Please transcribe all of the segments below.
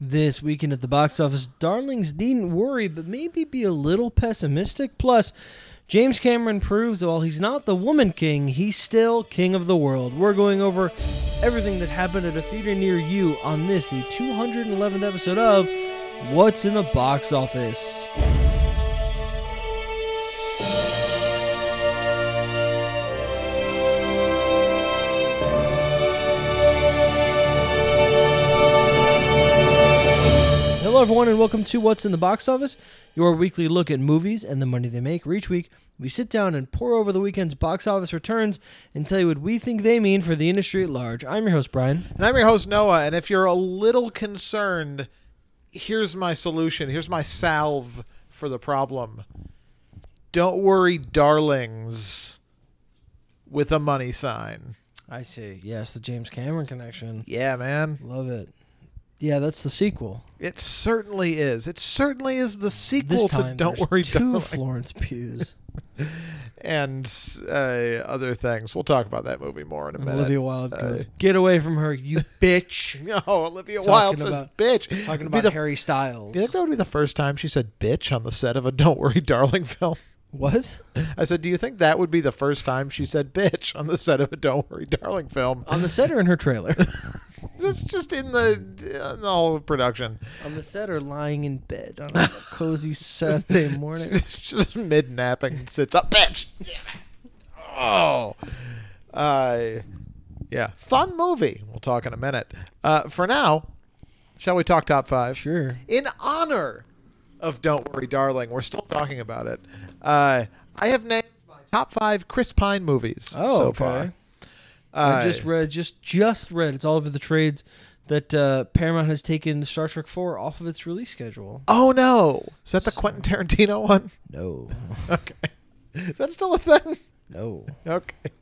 this weekend at the box office. Darlings needn't worry, but maybe be a little pessimistic. Plus, James Cameron proves while he's not the woman king, he's still king of the world. We're going over everything that happened at a theater near you on this, the 211th episode of What's in the Box Office. Hello, everyone, and welcome to What's in the Box Office, your weekly look at movies and the money they make. Where each week, we sit down and pour over the weekend's box office returns and tell you what we think they mean for the industry at large. I'm your host, Brian. And I'm your host, Noah. And if you're a little concerned, here's my solution. Here's my salve for the problem. Don't worry, darlings, with a money sign. I see. Yes, the James Cameron connection. Yeah, man. Love it. Yeah, that's the sequel. It certainly is. It certainly is the This sequel to time, Don't there's Worry, two Darling. Florence Pughs, and uh, other things. We'll talk about that movie more in a and minute. Olivia Wilde Uh, goes, "Get away from her, you bitch!" No, Olivia Talking Wilde's this about- bitch. Talking It'd be about the, Harry Styles. you think that would be the first time she said bitch on the set of a Don't Worry, Darling film? What? I said, "Do you think that would be the first time she said bitch on the set of a Don't Worry Darling film?" On the set or in her trailer? That's just in the in the whole production. on the set or lying in bed on a cozy Saturday morning? It's just mid napping and sits up, bitch. Damn it. Oh, uh, yeah, fun movie. We'll talk in a minute. Uh, for now, shall we talk top five? Sure. in honor of Don't Worry Darling. We're still talking about it. Uh, I have named my top five Chris Pine movies Oh, so okay. far. Uh, I just read, just just read. It's all over the trades that uh, Paramount has taken Star Trek Four off of its release schedule. oh no, is that the Quentin Tarantino one? No, Okay, is that still a thing? no. Okay,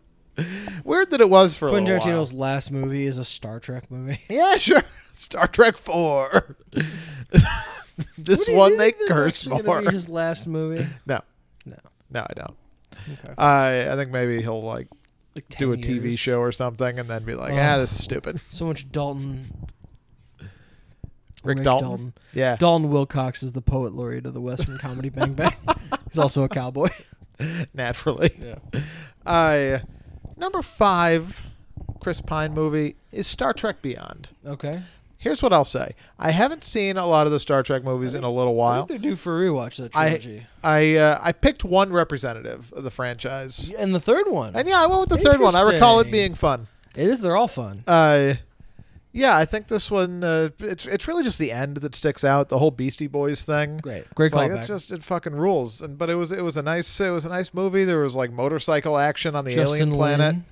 weird that it was for a Quentin little Tarantino's while. last movie is a Star Trek movie. Yeah, sure. Star Trek Four. What this do you one think they this is curse actually gonna more. be His last movie. No, No. no, I don't. Okay. I I think maybe he'll like Like 10 Uh, do a TV years. show or something, and then be like, Oh. ah, this is stupid. So much Dalton. Rick, Dalton. Yeah. Dalton Wilcox is the poet laureate of the West from Comedy Bang Bang. He's also a cowboy. naturally. Yeah. I number five Chris Pine movie is Star Trek Beyond. Okay. Here's what I'll say: I haven't seen a lot of the Star Trek movies in a little I while. think they're due for a rewatch that I- trilogy. I uh, I picked one representative of the franchise, and the third one. and yeah, I went with the third one. I recall it being fun. it is. They're all fun. Uh, yeah, I think this one uh, it's it's really just the end that sticks out. The whole Beastie Boys thing. Great. Great It's like, callback. it's just it fucking rules. And but it was it was a nice it was a nice movie. There was like motorcycle action on the alien planet. Lin.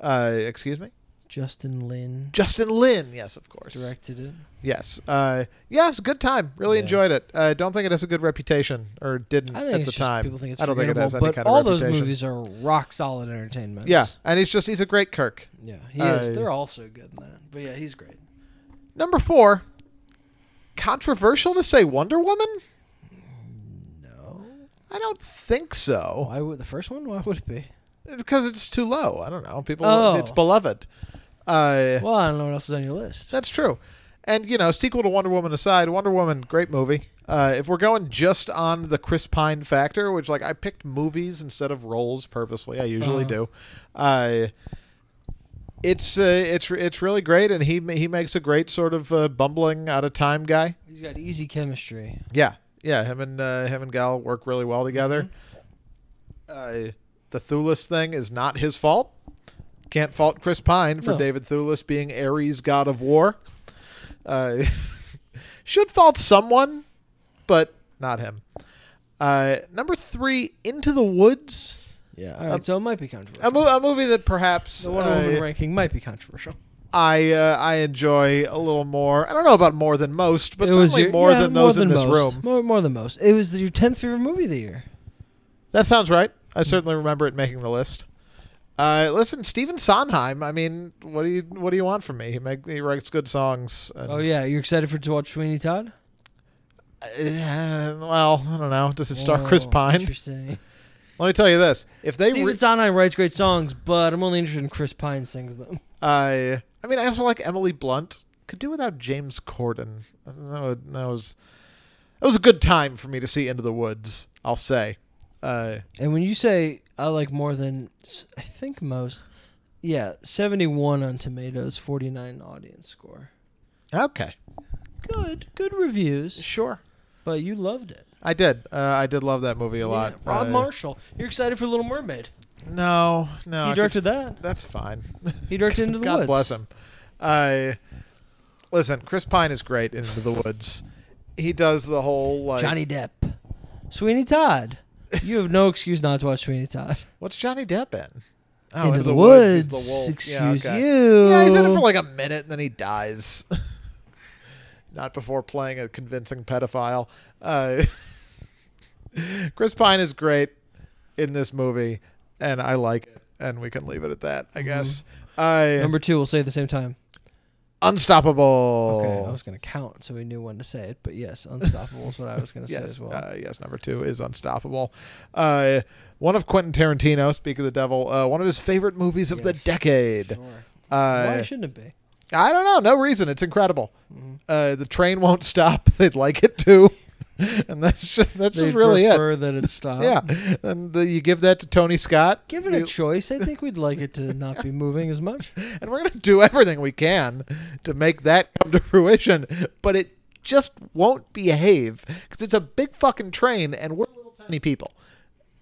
Uh, excuse me. Justin Lin Justin Lin, yes, of course. directed it. Yes. Uh, yeah, it's a good time. Really Yeah. enjoyed it. I don't think it has a good reputation, or didn't I think Mm. at it's the just time. people think it's I don't think it has any forgettable, but kind all of reputation. those movies are rock solid entertainment. yeah, and he's just he's a great Kirk. yeah, he is. I- They're all so good in that. But yeah, he's great. Number four, controversial to say Wonder Woman. No, I don't think so Oh. why would the first one? Why would it be? because it's too low. I don't know. People, Oh. it's beloved. Uh, Well, I don't know what else is on your list. That's true. And you know, sequel to Wonder Woman aside, Wonder Woman, great movie. Uh, if we're going just on the Chris Pine factor, which like I picked movies instead of roles purposely, I usually Uh-huh. do. Uh, it's uh, it's it's really great, and he ma- he makes a great sort of uh, bumbling out of time guy. He's got easy chemistry. Yeah, yeah. Him and uh, him and Gal work really well together. Mm-hmm. Uh, the Thulis thing is not his fault. Can't fault Chris Pine for No. David Thulis being Ares, god of war. Uh, should fault someone, but not him. Uh, number three, Into the Woods, Yeah. All right. so it might be controversial. Um, a, mo- a movie that perhaps the Wonder uh, Woman ranking might be controversial. I uh, I enjoy a little more. I don't know about more than most, but It was certainly your- more yeah, than those in this most. room. More, more than most. It was your tenth favorite movie of the year. That sounds right. I certainly remember it making the list. Uh, listen, Stephen Sondheim. I mean, what do you what do you want from me? He make, he writes good songs. And, Oh yeah, you're excited for to watch Sweeney Todd? Uh, well, I don't know. Does it star Chris Oh, Pine? Interesting. Let me tell you this: if they, Steven re- Sondheim writes great songs, but I'm only interested in Chris Pine sings them. I, I mean, I also like Emily Blunt Could do without James Corden. That wa- that was that was a good time for me to see Into the Woods. I'll say. Uh, And when you say I like more than s- I think most, yeah, seventy-one on Tomatoes, forty-nine audience score. okay, Good, good reviews, sure. but you loved it. I did. Uh, I did love that movie a lot. Yeah, Rob Uh, Marshall, you're excited for Little Mermaid. No, no. I he could- directed that. that's fine. He directed Into the God Woods. bless him. Uh, listen, Chris Pine is great in Into the Woods. He does the whole like Johnny Depp, Sweeney Todd. You have no excuse not to watch Sweeney Todd. What's Johnny Depp in? Oh, Into, Into the, he's woods. the wolf. Excuse yeah, okay. you. Yeah, he's in it for like a minute and then he dies. Not before playing a convincing pedophile. Uh, Chris Pine is great in this movie, and I like it. And we can leave it at that, I guess. I Mm-hmm. Number two, we'll say at the same time. Unstoppable. Okay, I was gonna count, so we knew when to say it. But yes, unstoppable is what I was gonna say yes, as well. uh, yes. Number two is Unstoppable. Uh, one of Quentin Tarantino, speak of the devil, uh, one of his favorite movies of the Yes. decade. Sure. Why Uh, shouldn't it be? I don't know. No reason. It's incredible. Uh, the train won't stop. They'd like it to, and that's just that's They just really it. prefer that it's stopped. Yeah, and the, you give that to Tony Scott. Give it We- a choice. I think we'd like it to not be moving as much. and we're gonna do everything we can to make that come to fruition. But it just won't behave because it's a big fucking train, and we're little tiny people,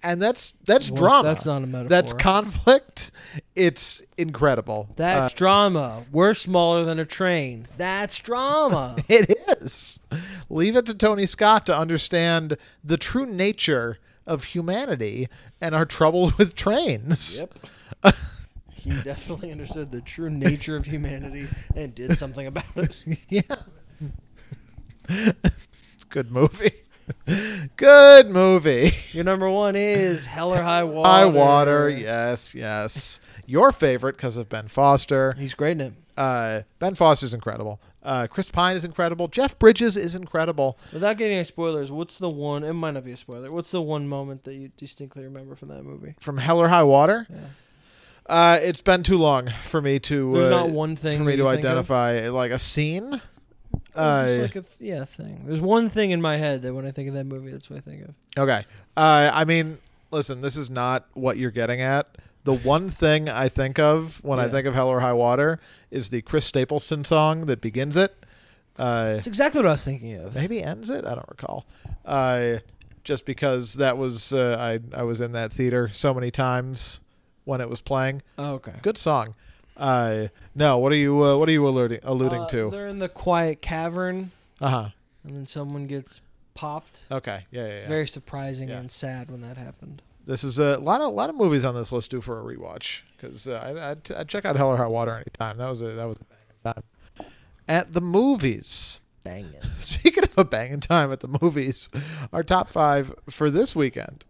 and that's that's Well, drama. that's not a metaphor. That's conflict. It's incredible. That's Uh, drama. We're smaller than a train. That's drama. it is. Leave it to Tony Scott to understand the true nature of humanity and our troubles with trains. Yep. he definitely understood the true nature of humanity and did something about it. yeah. Good movie. Good movie. Your number one is Hell or High Water. High water. Yes, yes. Your favorite because of Ben Foster. He's great in it. Uh, ben Foster's incredible. Uh, Chris Pine is incredible. Jeff Bridges is incredible. Without getting any spoilers, what's the one? It might not be a spoiler. What's the one moment that you distinctly remember from that movie? From Hell or High Water. Yeah. Uh, it's been too long for me to. There's uh, not one thing for me that to you think of? identify like a scene. Or just Uh, like a th- yeah thing. There's one thing in my head that when I think of that movie, that's what I think of. Okay. Uh, I mean, listen, this is not what you're getting at. The one thing I think of when I Yeah. think of Hell or High Water is the Chris Stapleton song that begins it. Uh, That's exactly what I was thinking of. maybe ends it. I don't recall. Uh, just because that was uh, I I was in that theater so many times when it was playing. Oh, okay. Good song. Uh, no, what are you uh, what are you alluding alluding Uh, to? They're in the quiet cavern, Uh huh. and then someone gets popped. Okay. Yeah. Yeah. yeah. Very surprising Yeah. and sad when that happened. This is a lot of lot of movies on this list due for a rewatch because uh, I I'd, I'd check out Hell or High Water anytime. That was a that was a banging time. At the movies, Dang it. speaking of a banging time at the movies, our top five for this weekend.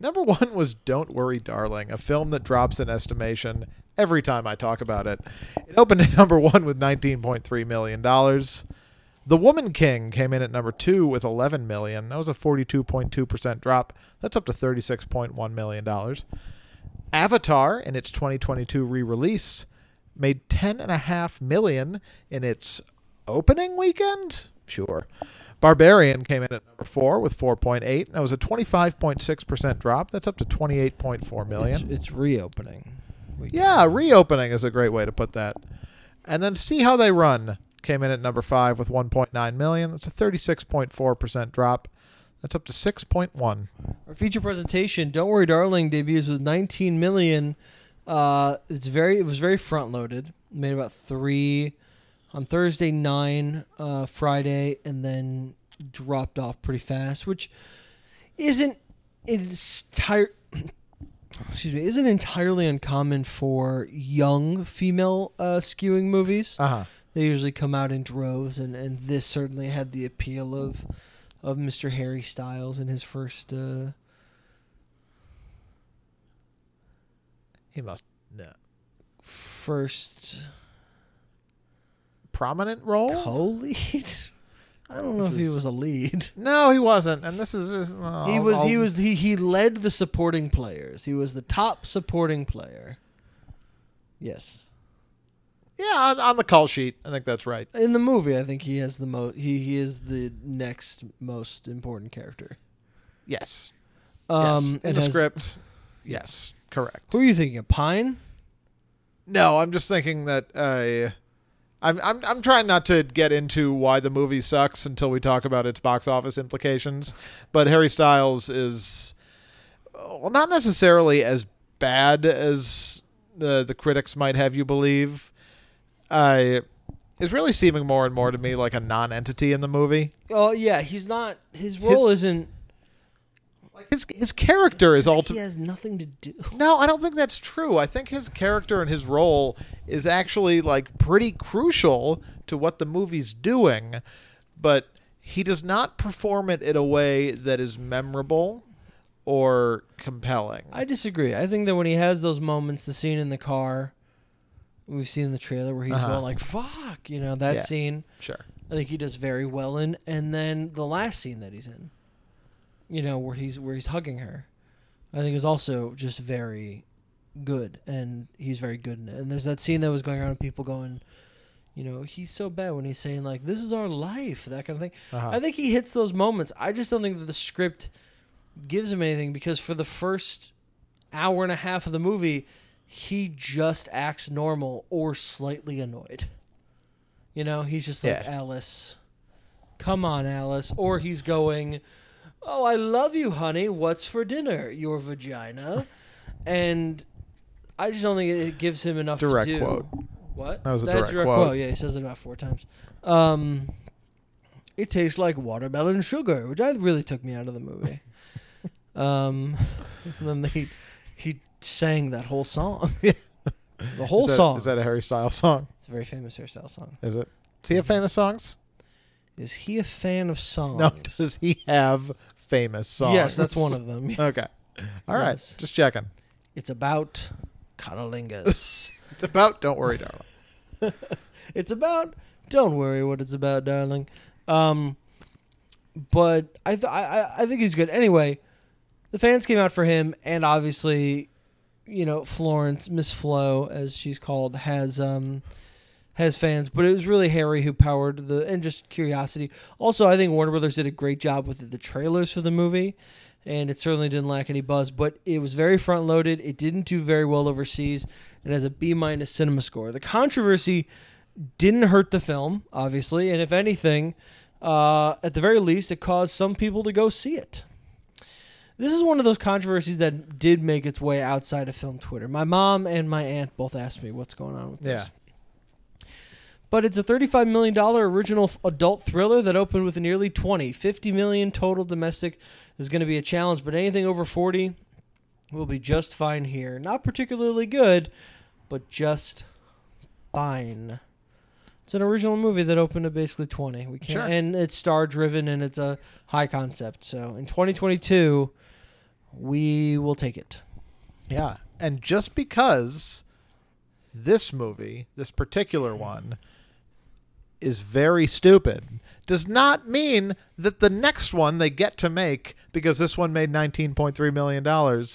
Number one was Don't Worry, Darling, a film that drops in estimation every time I talk about it. It opened at number one with $19.3 million. The Woman King came in at number two with $11 million. That was a 42.2% drop. That's up to $36.1 million. Avatar, in its 2022 re release, made $10.5 million in its opening weekend? Sure. Barbarian came in at number four with 4.8. That was a 25.6% drop. That's up to 28.4 It's, million. it's reopening. We- Yeah, reopening is a great way to put that. And then see how they run came in at number five with 1.9 million. That's a 36.4% drop. That's up to 6.1. Our feature presentation, Don't Worry Darling, debuts with 19 million. Uh, it's very it was very front loaded. Made about three on Thursday, nine uh, Friday, and then dropped off pretty fast, which isn't entire. Excuse me, isn't entirely uncommon for young female uh, skewing movies. Uh huh. they usually come out in droves and, and this certainly had the appeal of of Mr. Harry Styles in his first uh He must. No. first Prominent role? co-lead. I don't know This if he is- was a lead. No, he wasn't. And this is. oh, this- well, he I'll- was he I'll- was he he led the supporting players. He was the top supporting player. Yes. Yeah, on, on the call sheet, I think that's right. In the movie, I think he has the most. He he is the next most important character. Yes. Um, yes. In it the has- script. Yes, correct. Who are you thinking? of? Pine? No, I'm just thinking that uh, I'm I'm I'm trying not to get into why the movie sucks until we talk about its box office implications. But Harry Styles is uh, well, not necessarily as bad as the the critics might have you believe. I is really seeming more and more to me like a non-entity in the movie. Oh yeah, he's not. His role isn't. Like his his character is ultimately He has nothing to do. No, I don't think that's true. I think his character and his role is actually like pretty crucial to what the movie's doing, but he does not perform it in a way that is memorable or compelling. I disagree. I think that when he has those moments, the scene in the car, we've seen in the trailer where he's Uh-huh. all like "fuck," you know that Yeah. scene. sure. I think he does very well in, and then the last scene that he's in, you know, where he's where he's hugging her, I think is also just very good, and he's very good in it. And there's that scene that was going around, people going, you know, he's so bad when he's saying like, "This is our life," that kind of thing. Uh-huh. I think he hits those moments. I just don't think that the script gives him anything because for the first hour and a half of the movie, he just acts normal or slightly annoyed. You know, he's just like Yeah. Alice. Come on, Alice. Or he's going, "Oh, I love you, honey. What's for dinner? Your vagina." and I just don't think it, it gives him enough Direct to do. quote. What? That was a That's direct quote. Yeah, he says it about four times. Um, it tastes like watermelon sugar, which I really took me out of the movie. um, and then he he sang that whole song, Yeah. the whole is that, song. Is that a Harry Styles song? it's a very famous hairstyle song. Is it? Does he have famous songs? Is he a fan of songs? No. Does he have famous songs? Yes, that's one of them. Okay. All right. Yes. Just checking. It's about cunnilingus. It's about Don't Worry, Darling. it's about don't worry what it's about darling um but i th- I, I- I think he's good anyway the fans came out for him and obviously you know florence miss flo as she's called has um has fans but it was really harry who powered the and just curiosity also i think warner brothers did a great job with the trailers for the movie and it certainly didn't lack any buzz but it was very front loaded it didn't do very well overseas and has a b minus cinema score the controversy didn't hurt the film, obviously, and if anything, uh, at the very least, it caused some people to go see it. This is one of those controversies that did make its way outside of film Twitter. My mom and my aunt both asked me what's going on with Yeah. this. But it's a $35 million original f- adult thriller that opened with nearly 20. 50 million total domestic is going to be a challenge, but anything over 40 will be just fine here. Not particularly good, but just fine. It's an original movie that opened at basically 20. We can't, Sure. and it's star driven and it's a high concept. So in 2022, we will take it. Yeah. And just because this movie, this particular one, is very stupid, does not mean that the next one they get to make, because this one made $19.3 million,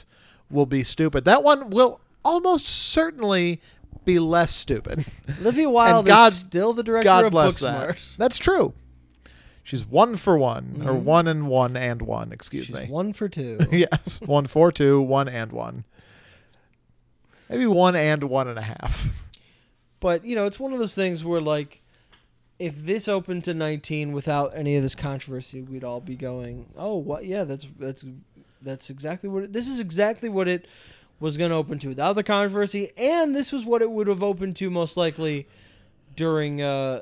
will be stupid. That one will almost certainly be less stupid. Livy Wilde God- is still the director God of bless that. Booksmart. That's true. She's one for one, or one and one and one, excuse Mm-hmm. She's me. one for two. yes, one for two, one and one. Maybe one and one and a half. But you know, it's one of those things where like if this opened to 19 without any of this controversy, we'd all be going, "Oh, what? Yeah, that's that's that's exactly what it, this is exactly what it was going to open to without the controversy, and this was what it would have opened to most likely during uh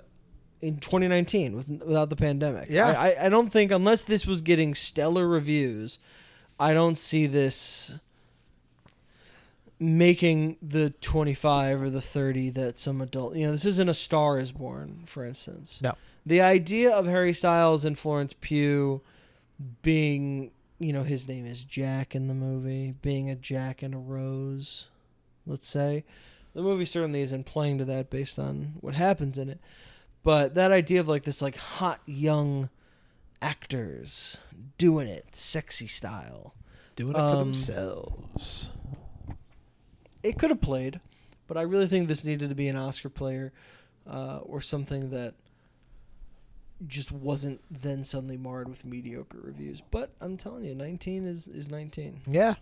in 2019 with, without the pandemic. Yeah. I, I, I don't think unless this was getting stellar reviews, I don't see this making the 25 or the 30 that some adult you know this isn't a star is born for instance No. the idea of harry styles and florence pugh being you know his name is jack in the movie being a jack and a rose let's say the movie certainly isn't playing to that based on what happens in it but that idea of like this like hot young actors doing it sexy style Doing it for Um, themselves. it could have played, but but I really think this needed to be an Oscar player uh, or something that just wasn't then suddenly marred with mediocre reviews. But I'm telling you, 19 is, is 19. Yeah.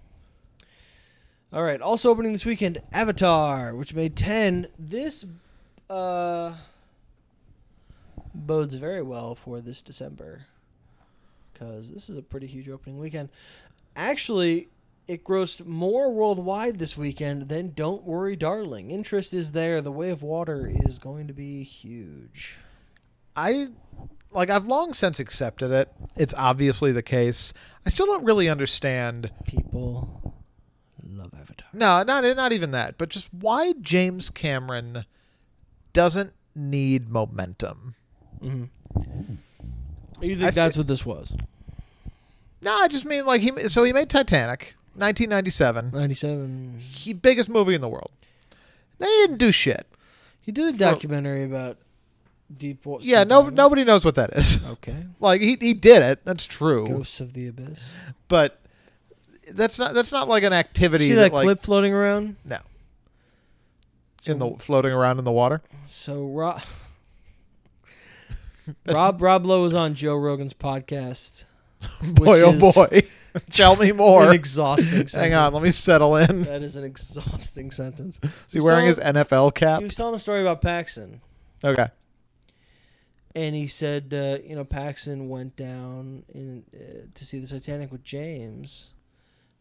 All right. Also opening this weekend, Avatar, which made 10. This uh, bodes very well for this December because this is a pretty huge opening weekend. Actually, it grossed more worldwide this weekend than Don't Worry, Darling. Interest is there. The Way of Water is going to be huge. I like I've long since accepted it. It's obviously the case. I still don't really understand. People love Avatar. No, not not even that, but just why James Cameron doesn't need momentum. hmm You think I that's what this was? No, I just mean like he so he made Titanic, 1997. 97. He biggest movie in the world. Then he didn't do shit. He did a documentary about deep water. Yeah, no nobody knows what that is. Okay. Like he he did it. That's true. Ghosts of the Abyss. But that's not that's not like an activity See that, that like clip floating around? No. So, in the floating around in the water. so Rob That's- Rob Rob Lowe was on Joe Rogan's podcast. boy oh which is boy. Tell me more. an exhausting. Hang on, let me settle in. That is an exhausting sentence. Is he wearing his So- NFL cap? He was telling a story about Paxson. Okay. and he said, uh, you know, Paxton went down in, uh, to see the Titanic with James,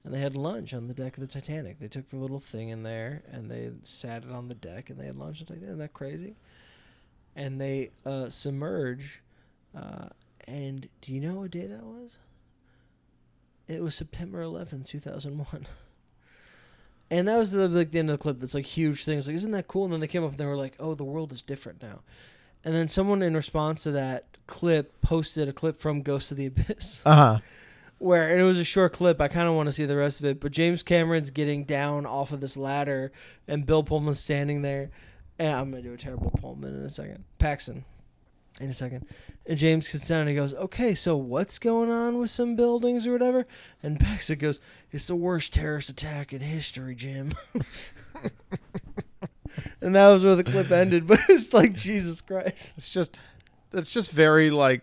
and they had lunch on the deck of the Titanic. They took the little thing in there and they sat it on the deck and they had lunch. on the Titanic. Isn't that crazy? And they uh, submerge. Uh, and do you know what day that was? It was September 11th, 2001. And that was the, like the end of the clip. That's like huge things. Like, isn't that cool? And then they came up and they were like, "Oh, the world is different now." And then someone in response to that clip posted a clip from Ghost of the Abyss Uh huh. where and it was a short clip. I kind of want to see the rest of it, but James Cameron's getting down off of this ladder and Bill Pullman's standing there. And I'm going to do a terrible Pullman in a second. Paxton in a second. And James sits down and he goes, "Okay, so what's going on with some buildings or whatever?" And Paxton goes, "It's the worst terrorist attack in history, Jim." and that was where the clip ended, but it's like Jesus Christ. It's just it's just very like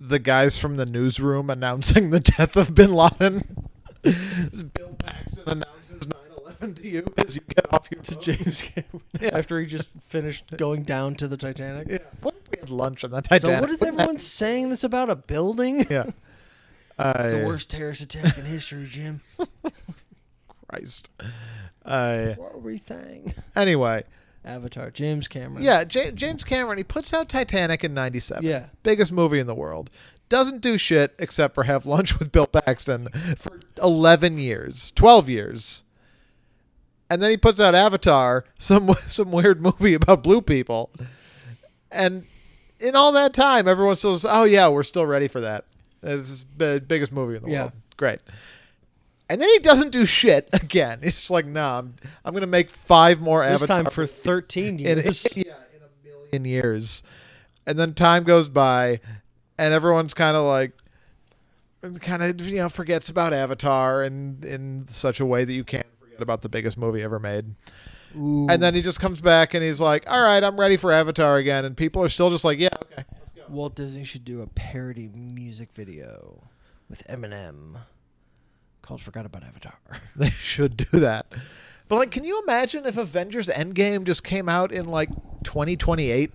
the guys from the newsroom announcing the death of bin Laden. As Bill Paxton announces 9/11 to you as you get off your to boat. James Cameron Yeah. after he just finished going down to the Titanic. Yeah. What if we had lunch on the Titanic? So what is Wouldn't that- everyone saying this about a building? Yeah. Uh, It's the worst terrorist attack in history, Jim. Christ. Uh, What are we saying? anyway, Avatar, James Cameron. yeah, J- James Cameron he puts out Titanic in '97. Yeah. biggest movie in the world, doesn't do shit except for have lunch with Bill Paxton for 11 years, 12 years. And then he puts out Avatar, some some weird movie about blue people. And in all that time, everyone still says, "Oh yeah, we're still ready for that." This is the biggest movie in the Yeah. world. Great. And then he doesn't do shit again. It's just like, "Nah, I'm, I'm going to make five more This Avatar time for 13 in, years. yeah, in a million years. And then time goes by, and everyone's kind of like, kind of you know forgets about Avatar, and in such a way that you can't forget about the biggest movie ever made. Ooh. And then he just comes back and he's like, "All right, I'm ready for Avatar again," and people are still just like, "Yeah, okay." Walt Disney should do a parody music video with Eminem called "Forgot About Avatar." They should do that. But like, can you imagine if Avengers Endgame just came out in like 2028?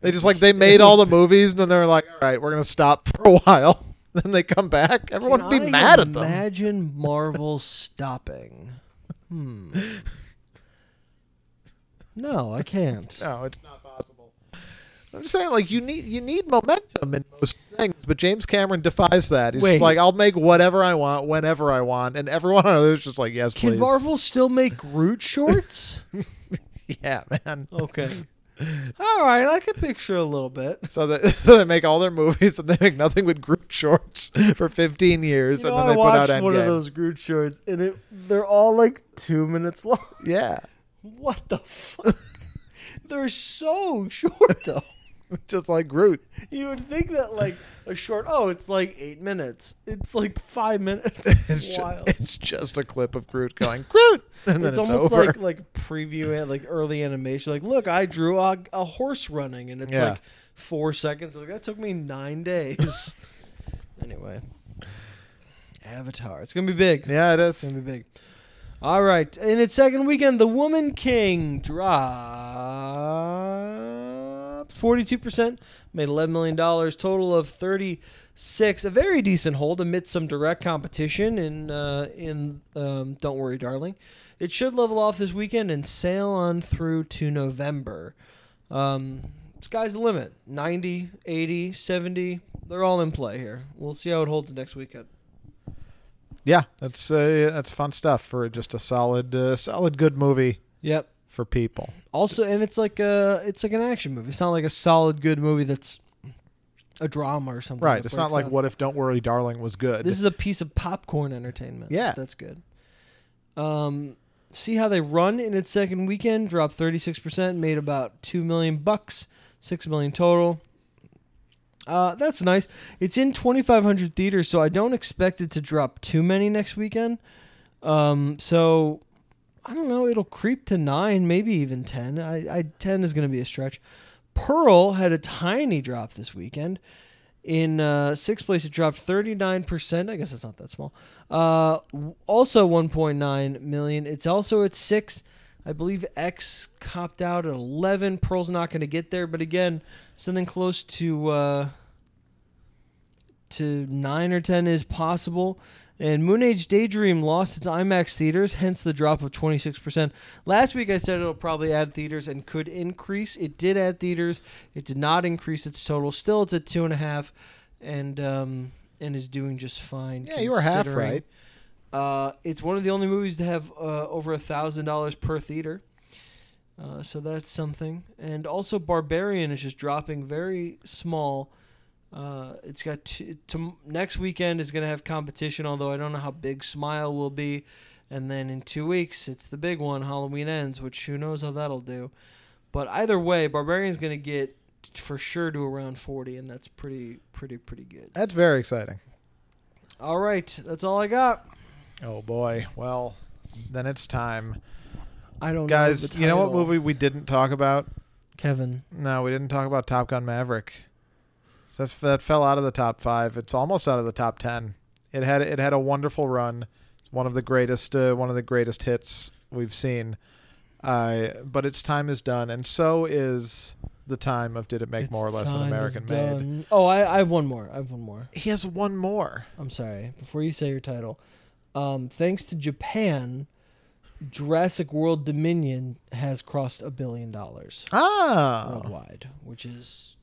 They just like they made all the movies and then they're like, all right, we're gonna stop for a while. Then they come back. Everyone would Can be I mad at them. Imagine Marvel stopping. Hmm. No, I can't. No, it's not possible. I'm just saying, like you need you need momentum in most things, but James Cameron defies that. He's just Wait. like, I'll make whatever I want, whenever I want, and everyone on Earth's just like, yes, Can please. Marvel still make Groot shorts? Yeah, man. okay. All right, I can picture a little bit. So they, so they make all their movies and they make nothing with Groot shorts for 15 years, You know, and I then they put out watched Endgame. one of those Groot shorts, and it they're all like two minutes long. Yeah, What the fuck? they're so short though. just like Groot. You would think that like a short oh, it's like eight minutes. It's like five minutes. It's, It's ju- wild. it's just a clip of Groot going Groot, and then it's, it's, almost over. like like preview it like early animation. Like, look, I drew a, a horse running, and it's Yeah. like four seconds. Like that took me nine days. anyway, Avatar. It's gonna be big. yeah, it is. It's gonna be big. All right, in its second weekend, The Woman King dropped forty-two percent, made eleven million dollars, total of thirty-six. A very decent hold amidst some direct competition in uh, in um, Don't Worry, Darling. It should level off this weekend and sail on through to November. Um, sky's the limit. 90, 80, 70, they're all in play here. We'll see how it holds next weekend. Yeah, that's uh, that's fun stuff for just a solid, uh, solid good movie Yep. for people. Also, and it's like a it's like an action movie. It's not like a solid good movie that's a drama or something. Right. that It's not breaks like down. what if Don't Worry, Darling was good. This is a piece of popcorn entertainment. Yeah. that's good. Um, see how they run in its second weekend. Dropped thirty six percent, made about two million bucks, six million total. Uh, that's nice. It's in twenty five hundred theaters, so I don't expect it to drop too many next weekend. Um, so I don't know. It'll creep to nine, maybe even ten. I, I ten is going to be a stretch. Pearl had a tiny drop this weekend. In uh, sixth place, it dropped 39%. I guess it's not that small. Uh, w- also 1.9 million. It's also at six. I believe X copped out at 11. Pearl's not going to get there, but again, something close to uh, to nine or 10 is possible. And Moon Age Daydream lost its IMAX theaters, hence the drop of 26%. Last week I said it'll probably add theaters and could increase. It did add theaters. It did not increase its total. Still, it's at two and a half, and um, and is doing just fine. yeah, you were half considering- right. uh, it's one of the only movies to have uh, over a thousand dollars per theater, uh, so that's something. And also, Barbarian is just dropping very small. Uh, it's got t- tom next weekend is going to have competition, although I don't know how big Smile will be. And then in two weeks, it's the big one, Halloween Ends, which who knows how that'll do. But either way, Barbarian's going to get t- for sure to around forty, and that's pretty, pretty, pretty good. That's very exciting. All right, that's all I got. Oh boy. Well, then it's time, I don't know guys. the You know what title. movie we didn't talk about? Kevin. No, we didn't talk about Top Gun Maverick. So that's, that fell out of the top five. It's almost out of the top ten. It had it had a wonderful run. It's one of the greatest uh, one of the greatest hits we've seen. Uh, but its time is done, and so is the time of Did It Make It's More or Less an time American is Made. done. Oh, I, I have one more. I have one more. He has one more. I'm sorry. Before you say your title, um, thanks to Japan, Jurassic World Dominion has crossed a billion dollars Ah, worldwide, which is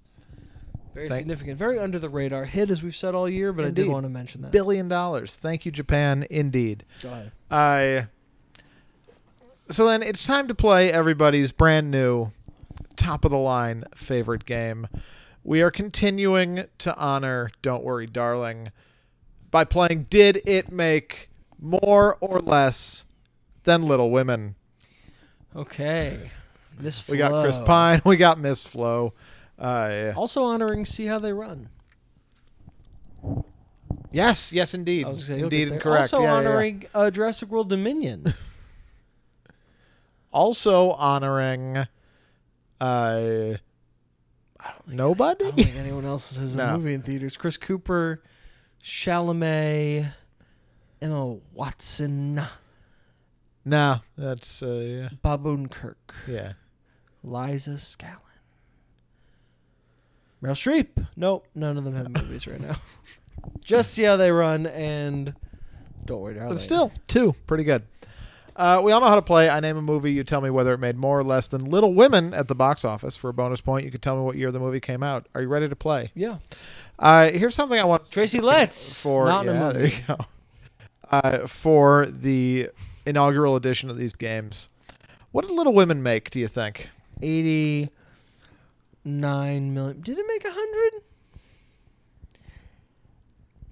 very Thank- significant, very under the radar hit, as we've said all year. But I Indeed. did want to mention that. billion dollars. Thank you, Japan. Indeed. Go ahead. I. So then it's time to play everybody's brand new, top of the line favorite game. We are continuing to honor Don't Worry, Darling by playing Did It Make More or Less Than Little Women? Okay, this We got Chris flow. Pine. We got Miss Flo. Uh, Also honoring See How They Run. yes, yes, indeed. I was gonna say, you'll indeed get and there. correct. Also Yeah, yeah, yeah. honoring Uh, Jurassic World Dominion. Also honoring. Uh, I nobody? don't think anyone else has a No. movie in theaters. Chris Cooper, Chalamet, Emma Watson, No, that's uh, yeah. Baboon Kirk, yeah. Liza Scallon, Meryl Streep. Nope, none of them have movies right now. Just see how they run and don't worry. Darling. But still, two, pretty good. Uh, we all know how to play. I name a movie, you tell me whether it made more or less than Little Women at the box office. For a bonus point, you can tell me what year the movie came out. Are you ready to play? yeah. Uh, here's something I want Tracy Letts for not in a yeah, movie. there you go. Uh, for the inaugural edition of these games. What did Little Women make, do you think? Eighty nine million. Did it make a hundred?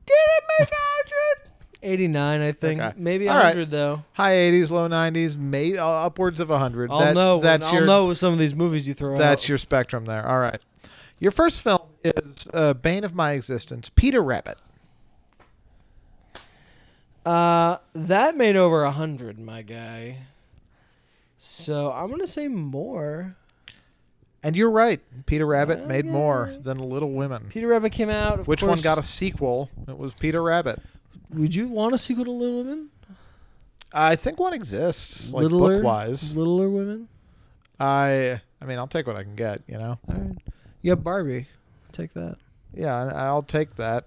Did it make a hundred? Eighty nine, I think. Okay. Maybe a All right. hundred though. High 80s, low 90s, may, uh, upwards of 100. I'll That- know. That's I'll your, know with some of these movies you throw That's out. your spectrum there. All right. Your first film is uh, Bane of My Existence, Peter Rabbit. Uh, that made over a hundred, my guy. So I'm gonna say more. And you're right. Peter Rabbit made more Okay. than Little Women. Peter Rabbit came out. Of Which one course- got a sequel? It was Peter Rabbit. Would you want a sequel to Little Women? I think one exists, like Littler, book wise. Littler Women. I, I mean, I'll take what I can get. You know. All right. You have Barbie. Take that. Yeah, I- I'll take that.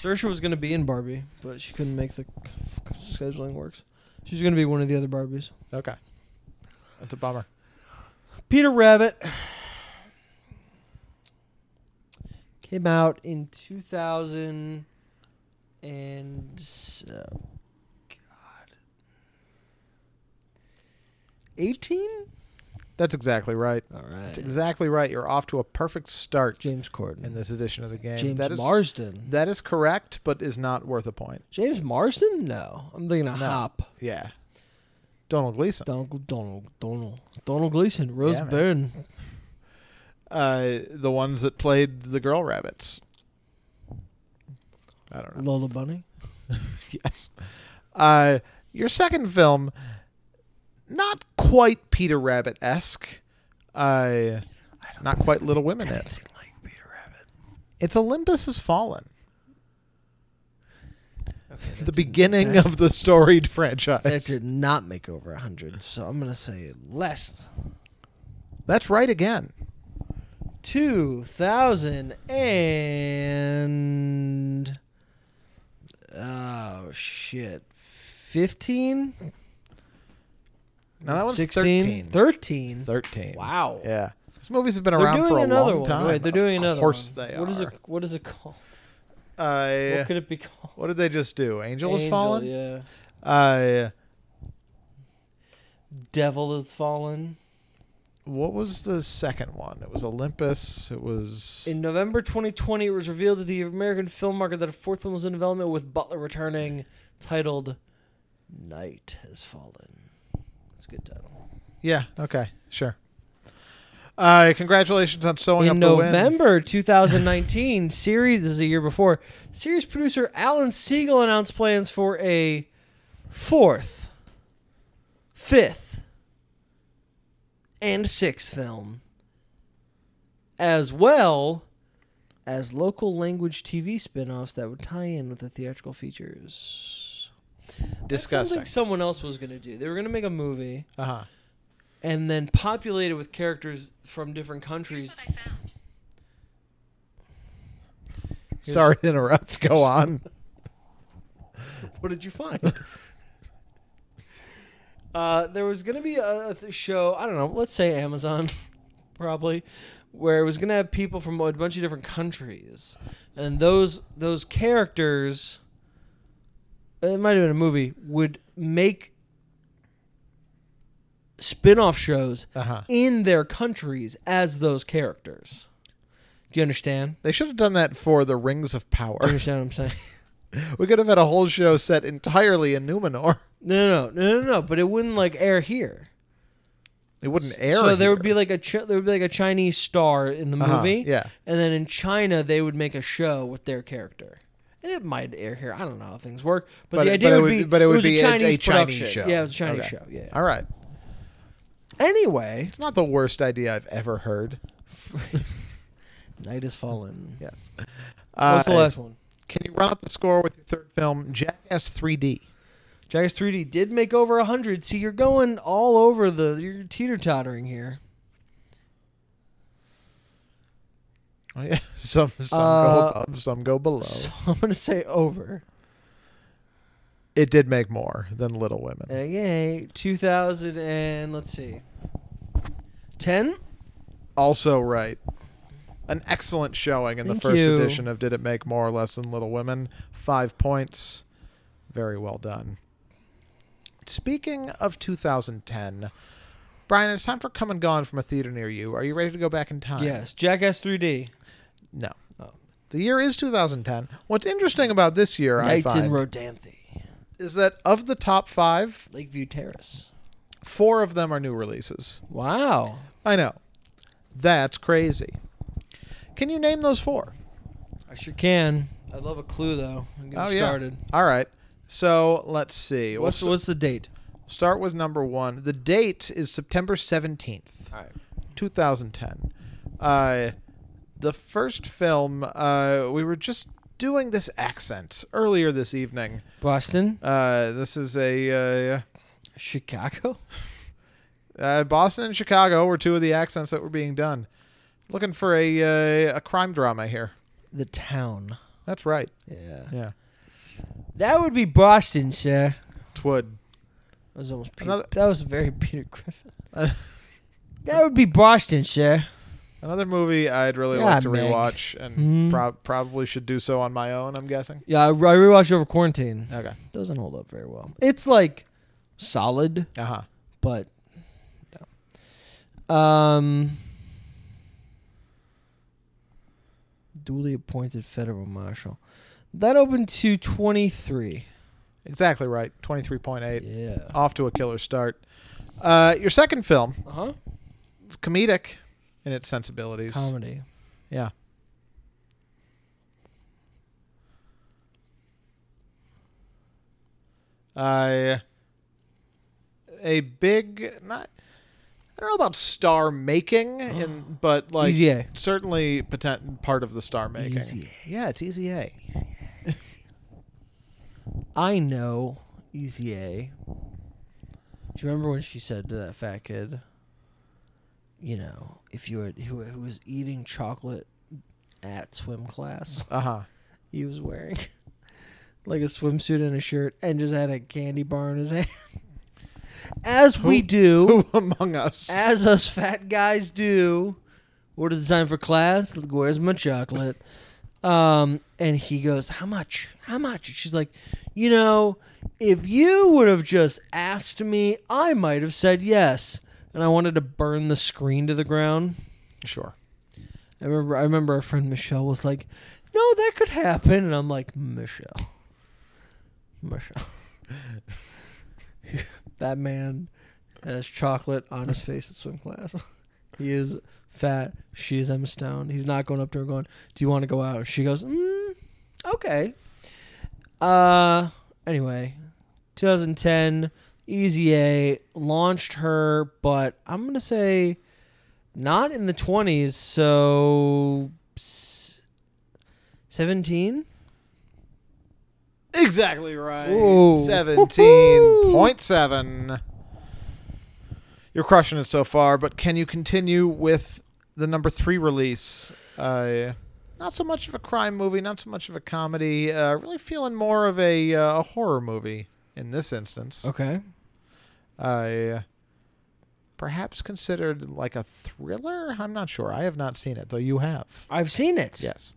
Saoirse was gonna be in Barbie, but she couldn't make the scheduling works. She's gonna be one of the other Barbies. Okay. That's a bummer. Peter Rabbit came out in 2000 and s- oh, god 18 That's exactly right. all That's right exactly right. You're off to a perfect start James Corden in this edition of the game. James that is Marsden that is correct, but is not worth a point. James Marsden no I'm thinking of Hop Yeah. Donald Gleason. Donald Donald Donald Donald Gleason Rose Yeah, man. Byrne Uh, the ones that played the girl rabbits. I don't know. Lola Bunny yes. Uh, your second film, not quite Peter Rabbit esque. Uh, not quite Little Women esque. like Peter Rabbit It's Olympus Has Fallen. okay the beginning of the storied franchise. that did not make over 100 so I'm gonna say less That's right again. 2000 and oh shit 15 Now that one's 16 13 13. 13. wow Yeah. These movies have been they're around doing for a another long one time. Wait, they're doing another Of course one. they what are. is it what is it called Uh, what could it be called what did they just do? Angel, Has Angel, Fallen? yeah Uh, devil has fallen what was the second one? It was Olympus. It was. in november 2020 it was revealed to the american film market that a fourth film was in development with butler returning titled night has fallen it's a good title yeah, okay, sure. Uh, congratulations on sewing up in the win. November 2019, series this is a year before. Series producer Alan Siegel announced plans for a fourth, fifth, and sixth film, as well as local language TV spin-offs that would tie in with the theatrical features. That sounds Disgusting. like someone else was going to do. They were going to make a movie Uh huh. and then populate it with characters from different countries. Here's what I found. Here's- Sorry to interrupt. Go on. What did you find? uh, there was going to be a, a th- show, I don't know, let's say Amazon, probably, where it was going to have people from a bunch of different countries. And those those characters, it might have been a movie, would make spin off shows Uh huh. in their countries as those characters. Do you understand? They should have done that for the Rings of Do you Power. understand what I'm saying? we could have had a whole show set entirely in Numenor. No, no, no, no, no, no. But it wouldn't like air here. It wouldn't air. So there here. would be like a chi- there would be like a Chinese star in the Uh-huh, movie, Yeah. and then in China they would make a show with their character. And It might air here. I don't know how things work, but, But the it- idea but it would, would- be but it would was be a a- a Chinese, Chinese production. show. Yeah, it was a Chinese Okay. show. Yeah. All right. Anyway, It's not the worst idea I've ever heard. night has fallen. Yes. What's the last one? Uh, Can you run up the score with your third film, Jackass 3D? Jackass 3D did make over hundred. See, you're going all over the. You're teeter tottering here. Oh, yeah. Some some Uh, go above, some go below. So I'm gonna say over. It did make more than Little Women. Okay, 2000 and let's see, ten. also right. An excellent showing in the Thank first you. edition of Did It Make More or Less Than Little Women? Five points. Very well done. Speaking of 2010, Brian, it's time for Come and Gone from a theater near you. Are you ready to go back in time? Yes, Jackass 3D. No. Oh. The year is 2010. What's interesting about this year, I Nights in find, Rodanthe, is that of the top five, Lakeview Terrace. four of them are new releases. Wow. I know. That's crazy. Can you name those four? I sure can. I'd love a clue though. I'm getting Oh, yeah. started. All right. So let's see. We'll What's st- what's the date? start with number one. The date is September 17th, All right. 2010. Uh, the first film, uh, we were just doing this accent earlier this evening. Boston, Uh, this is a. Uh, Chicago. Uh, Boston and Chicago were two of the accents that were being done. Looking for a uh, a crime drama here. The town. That's right. Yeah. Yeah, That would be Boston, sir. Twood. That was almost Peter, Another- That was very Peter Griffin. Uh, That would be Boston, sir. Another movie I'd really Yeah, like to Meg. rewatch, and Hmm. prob- probably should do so on my own. I'm guessing. Yeah, I, I rewatched over quarantine. Okay. Doesn't hold up very well. It's like solid, Uh huh. but no. Um, duly appointed federal marshal. That opened to twenty three. Exactly right. Twenty three point eight. Yeah. Off to a killer start. Uh, your second film Uh huh. is comedic in its sensibilities. Comedy. Yeah. I a big not I don't know about star making in but like Easy A. certainly potent part of the star making. Easy Yeah, it's easy A. I know Easy A. Do you remember when she said to that fat kid, you know, if you were who, who was eating chocolate at swim class, Uh-huh. he was wearing like a swimsuit and a shirt and just had a candy bar in his hand. As we Who- do, Who among us? as us fat guys do. What is the time for class? Look, Where's my chocolate? Um, and he goes, How much? How much? And she's like, You know, if you would have just asked me, I might have said yes. And I wanted to burn the screen to the ground. sure. I remember I remember our friend Michelle was like, No, that could happen and I'm like, Michelle. Michelle. that man has chocolate on his face at swim class. he is fat. She is Emma Stone. He's not going up to her going, Do you want to go out? She goes, mm, okay. Uh anyway, 2010, Easy A launched her, but I'm gonna say not in the 20s, so s- 17? Exactly right. Whoa. 17.7. You're crushing it so far, but can you continue with the number three release? Uh, not so much of a crime movie, not so much of a comedy. Uh, really feeling more of a, uh, a horror movie in this instance. Okay. Uh, perhaps considered like a thriller? I'm not sure. I have not seen it, though you have. I've seen it. Yes.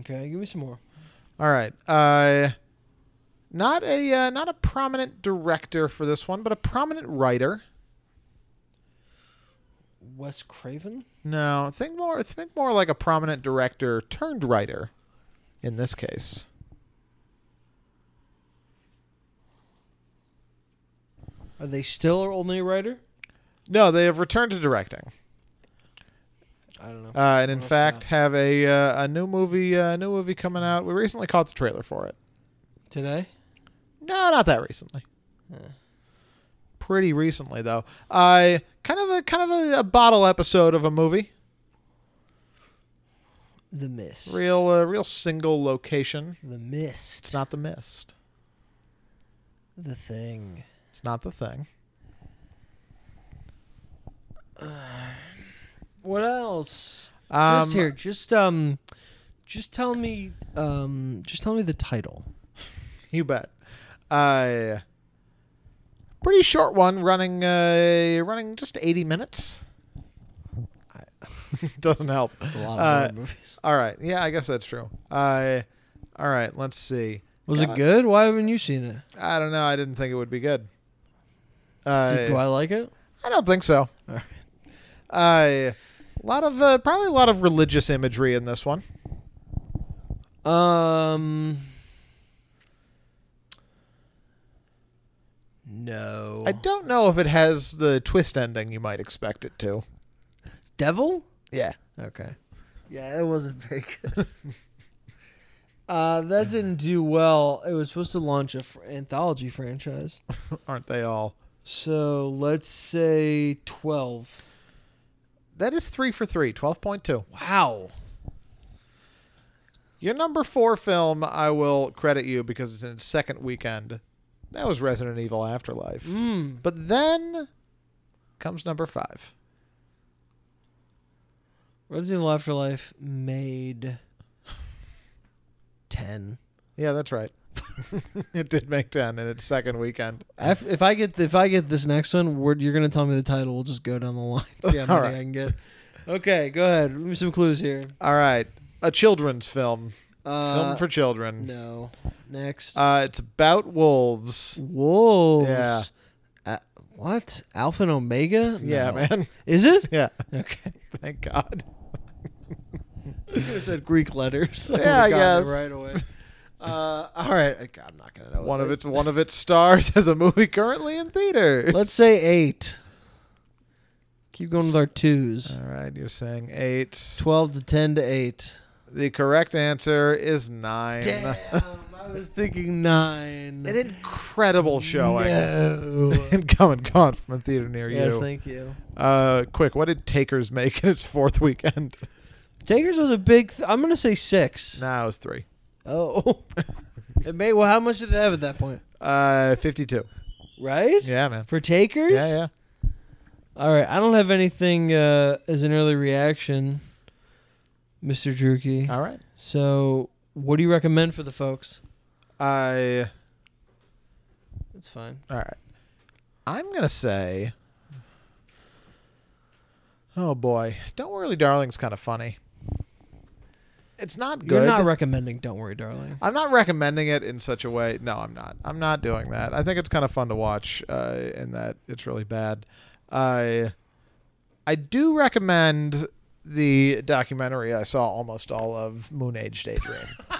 Okay, give me some more. All right. Uh, not a uh, not a prominent director for this one, but a prominent writer. Wes Craven? No, think more think more like a prominent director turned writer, in this case. Are they still our only writer? No, they have returned to directing, I don't know. uh, and in What else fact we have a uh, a new movie uh, new movie coming out. We recently caught the trailer for it. Today? No, not that recently. Yeah. Pretty recently though. I kind of a kind of a, a bottle episode of a movie. The Mist. Real uh, real single location. The It's Mist. not the mist. The Thing. It's not the thing. What else? Um, just here. Just, um, just tell me, um, just tell me the title. You bet. Uh, pretty short one, running uh, running just eighty minutes. Doesn't help. It's a lot Uh, of horror movies. All right. Yeah, I guess that's true. Uh, all right. Let's see. Was God. it good? Why haven't you seen it? I don't know. I didn't think it would be good. Did, do Uh, I like it? I don't think so. All right. Uh, a lot of uh, probably a lot of religious imagery in this one. Um. No. I don't know if it has the twist ending you might expect it to. devil? Yeah. Okay. Yeah, it wasn't very good. uh, that didn't do well. It was supposed to launch a fr- anthology franchise. Aren't they all? So let's say 12. That is three for three, 12.2. Wow. Your number four film, I will credit you because it's in its second weekend. That was Resident Evil Afterlife. Mm. But then comes number five. Resident Evil Afterlife made 10. Yeah, that's right. it did make 10 in its second weekend. If, if I get if I get this next one, we're, you're gonna tell me the title. We'll just go down the line. See how All many right. I can get. Okay, go ahead. Give me some clues here. All right. A children's film. Uh, film for children. no. Next, Mm. Uh, it's about wolves. wolves. yeah. Uh, what? Alpha and Omega? Yeah, No. man. Is it? Yeah. Okay. Thank God. I said Greek letters. I Yeah, I would've gotten it guess. right away. Uh, all right. Okay, I'm not gonna know. One it. of its one of its stars has a movie currently in theaters. Let's say eight. Keep going with our twos. All right, you're saying eight. Twelve to ten to eight. The correct answer is nine. Damn, I was thinking nine. An incredible showing. No. And come and gone from a theater near yes, you. thank you. uh, quick, what did Takers make in its fourth weekend? Takers was a big. Th- I'm gonna say six. Nah, it was three. Oh, it may. Well, how much did it have at that point? Uh, fifty-two. Right Yeah, man. for takers. Yeah, yeah. All right, I don't have anything uh, as an early reaction, Mister Drukey. All right. So, what do you recommend for the folks? I. It's fine. All right. I'm gonna say. Oh boy, Don't Worry, Darling's kind of funny. It's not good. You're not recommending. Don't worry, darling. I'm not recommending it in such a way. No, I'm not. I'm not doing that. I think it's kind of fun to watch, uh, in that it's really bad. I, I do recommend the documentary I saw almost all of Moon Age Daydream. Yeah,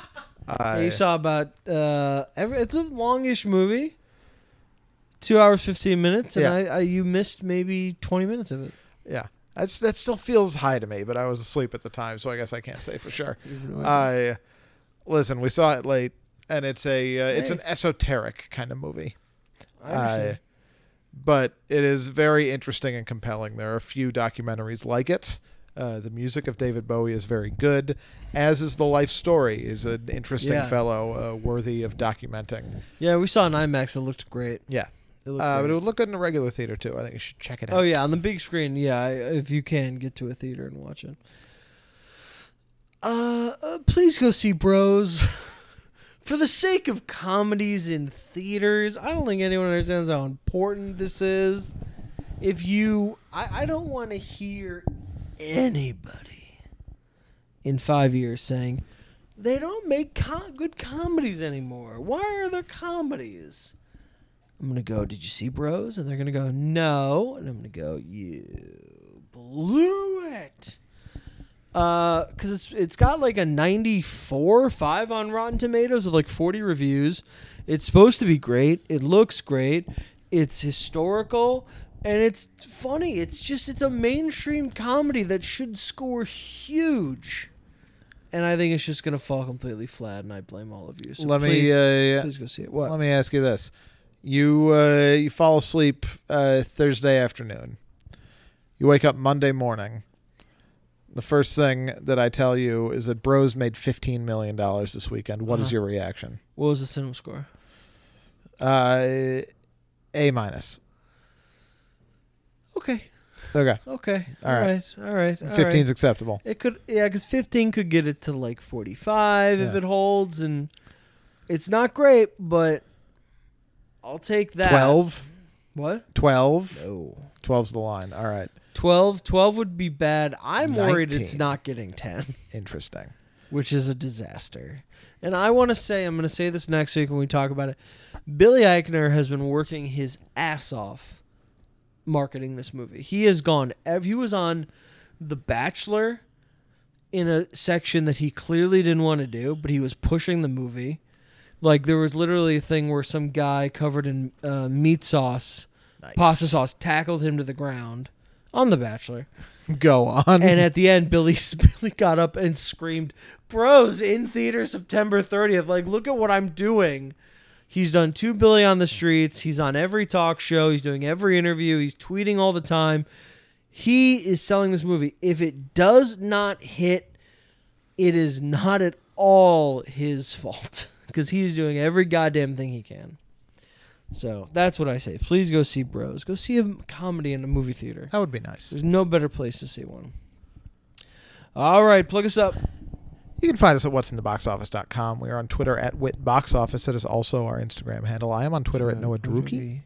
I, you saw about uh, every, it's a longish movie, two hours fifteen minutes, and Yeah. I, I you missed maybe twenty minutes of it. yeah, that's that still feels high to me, but I was asleep at the time, so I guess I can't say for sure. I listen. We saw it late, and it's a uh, it's Hey. an esoteric kind of movie. I understand. I- but it is very interesting and compelling. There are a few documentaries like it. Uh, the music of David Bowie is very good, as is the life story. is an interesting Yeah. fellow, uh, worthy of documenting. yeah, we saw an IMAX. It looked great. Yeah, It looked uh, but it great. would look good in a regular theater too. I think you should check it out. oh yeah, on the big screen. Yeah, I, if you can get to a theater and watch it. Uh, uh please go see Bros. For the sake of comedies in theaters, I don't think anyone understands how important this is. If you, I, I don't want to hear anybody in five years saying they don't make com- good comedies anymore. Why are there comedies? I'm gonna go, did you see bros? And they're gonna go, no. And I'm gonna go, you blew it. Uh, cause it's it's got like a 94, five on Rotten Tomatoes with like 40 reviews. It's supposed to be great. It looks great. It's historical and it's funny. It's just it's a mainstream comedy that should score huge. And I think it's just gonna fall completely flat. And I blame all of you. So let please, me uh, please go see it. What? let me ask you this: you uh, you fall asleep uh, Thursday afternoon. You wake up Monday morning. The first thing that I tell you is that Bros made fifteen million dollars this weekend. What is Uh-huh. your reaction? What was the cinema score? Uh, a minus. Okay. Okay, Okay. All all right. right. All right. all right. fifteen's acceptable. It could, yeah, because 15 could get it to like 45 if Yeah. it holds, and it's not great, but I'll take that. 12? What? 12? No. 12's the line. All right. 12. 12 would be bad. I'm worried it's 19. not getting 10, Interesting. which is a disaster. And I want to say, I'm going to say this next week when we talk about it. Billy Eichner has been working his ass off marketing this movie. He has gone. ev- He was on The Bachelor in a section that he clearly didn't want to do, but he was pushing the movie. Like there was literally a thing where some guy covered in uh, meat sauce, Nice. pasta sauce, tackled him to the ground on The Bachelor. Go on. And at the end, Billy Billy got up and screamed, "Bros, in theater September 30th! Like, look at what I'm doing." He's done two Billy on the streets. He's on every talk show. He's doing every interview. He's tweeting all the time. He is selling this movie. If it does not hit, it is not at all his fault because he's doing every goddamn thing he can. So that's what I say. Please go see Bros. Go see a comedy in a movie theater. that would be nice. There's no better place to see one. All right, plug us up. You can find us at what'sintheboxoffice.com. We are on Twitter at witboxoffice. That is also our Instagram handle. I am on Twitter at Noah Druki.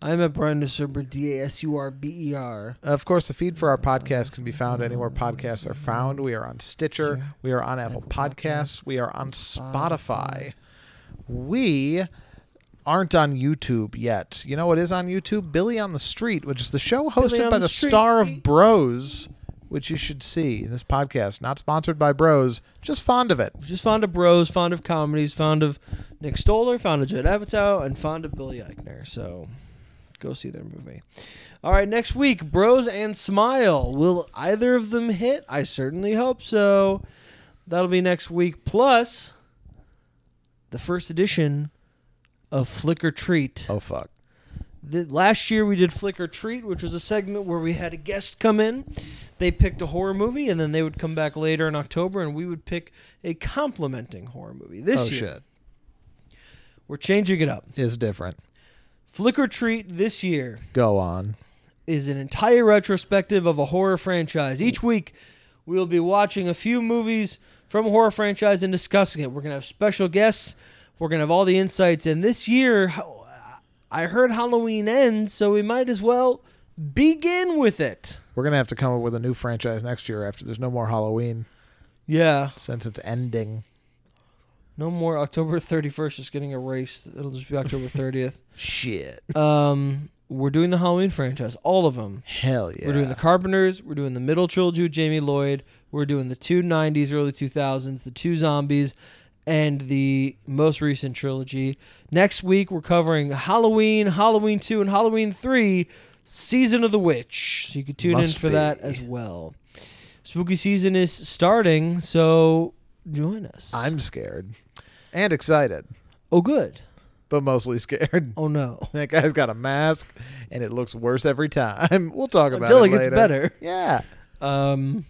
I'm at Brian DeSurber, D A S U R B E R. Of course, the feed for our podcast can be found anywhere podcasts are found. We are on Stitcher. We are on Apple Podcasts. We are on Spotify. We aren't on YouTube yet. You know what is on YouTube? Billy on the Street, which is the show hosted on by the the Street. star of Bros, which you should see. This podcast, not sponsored by Bros, just fond of it. Just fond of bros, fond of comedies, fond of Nick Stoller, fond of Judd Apatow, and fond of Billy Eichner. So go see their movie. All right, next week, Bros and Smile. Will either of them hit? I certainly hope so. That'll be next week. Plus, the first edition of Flick or Treat. Oh, fuck. The, last year we did Flick or Treat, which was a segment where we had a guest come in. They picked a horror movie, and then they would come back later in October, and we would pick a complimenting horror movie. This oh, year shit. we're changing it up. Is different. Flick or Treat this year Go on. is an entire retrospective of a horror franchise. Each week, we'll be watching a few movies from a horror franchise and discussing it. We're going to have special guests. We're going to have all the insights. And this year, ho- I heard Halloween ends, so we might as well begin with it. We're going to have to come up with a new franchise next year after there's no more Halloween Yeah. since it's ending. No more October 31st is getting erased. It'll just be October 30th. Shit. Um, we're doing the Halloween franchise, all of them. Hell yeah. We're doing the Carpenters. We're doing the middle trilogy with Jamie Lloyd. We're doing the two '90s, early 2000s, the two zombies, and the most recent trilogy. Next week, we're covering Halloween, Halloween 2, and Halloween 3, Season of the Witch. So you can tune Must in for that be. as well. Spooky season is starting, so join us. I'm scared and excited, oh good. but mostly scared. Oh no. That guy's got a mask, and it looks worse every time. We'll talk about Until it it gets later. better. Yeah. Um,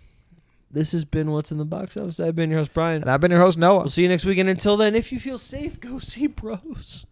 this has been what's in the box office. I've been your host Brian. And I've been your host, Noah. We'll see you next weekend. Until then, if you feel safe, go see Bros.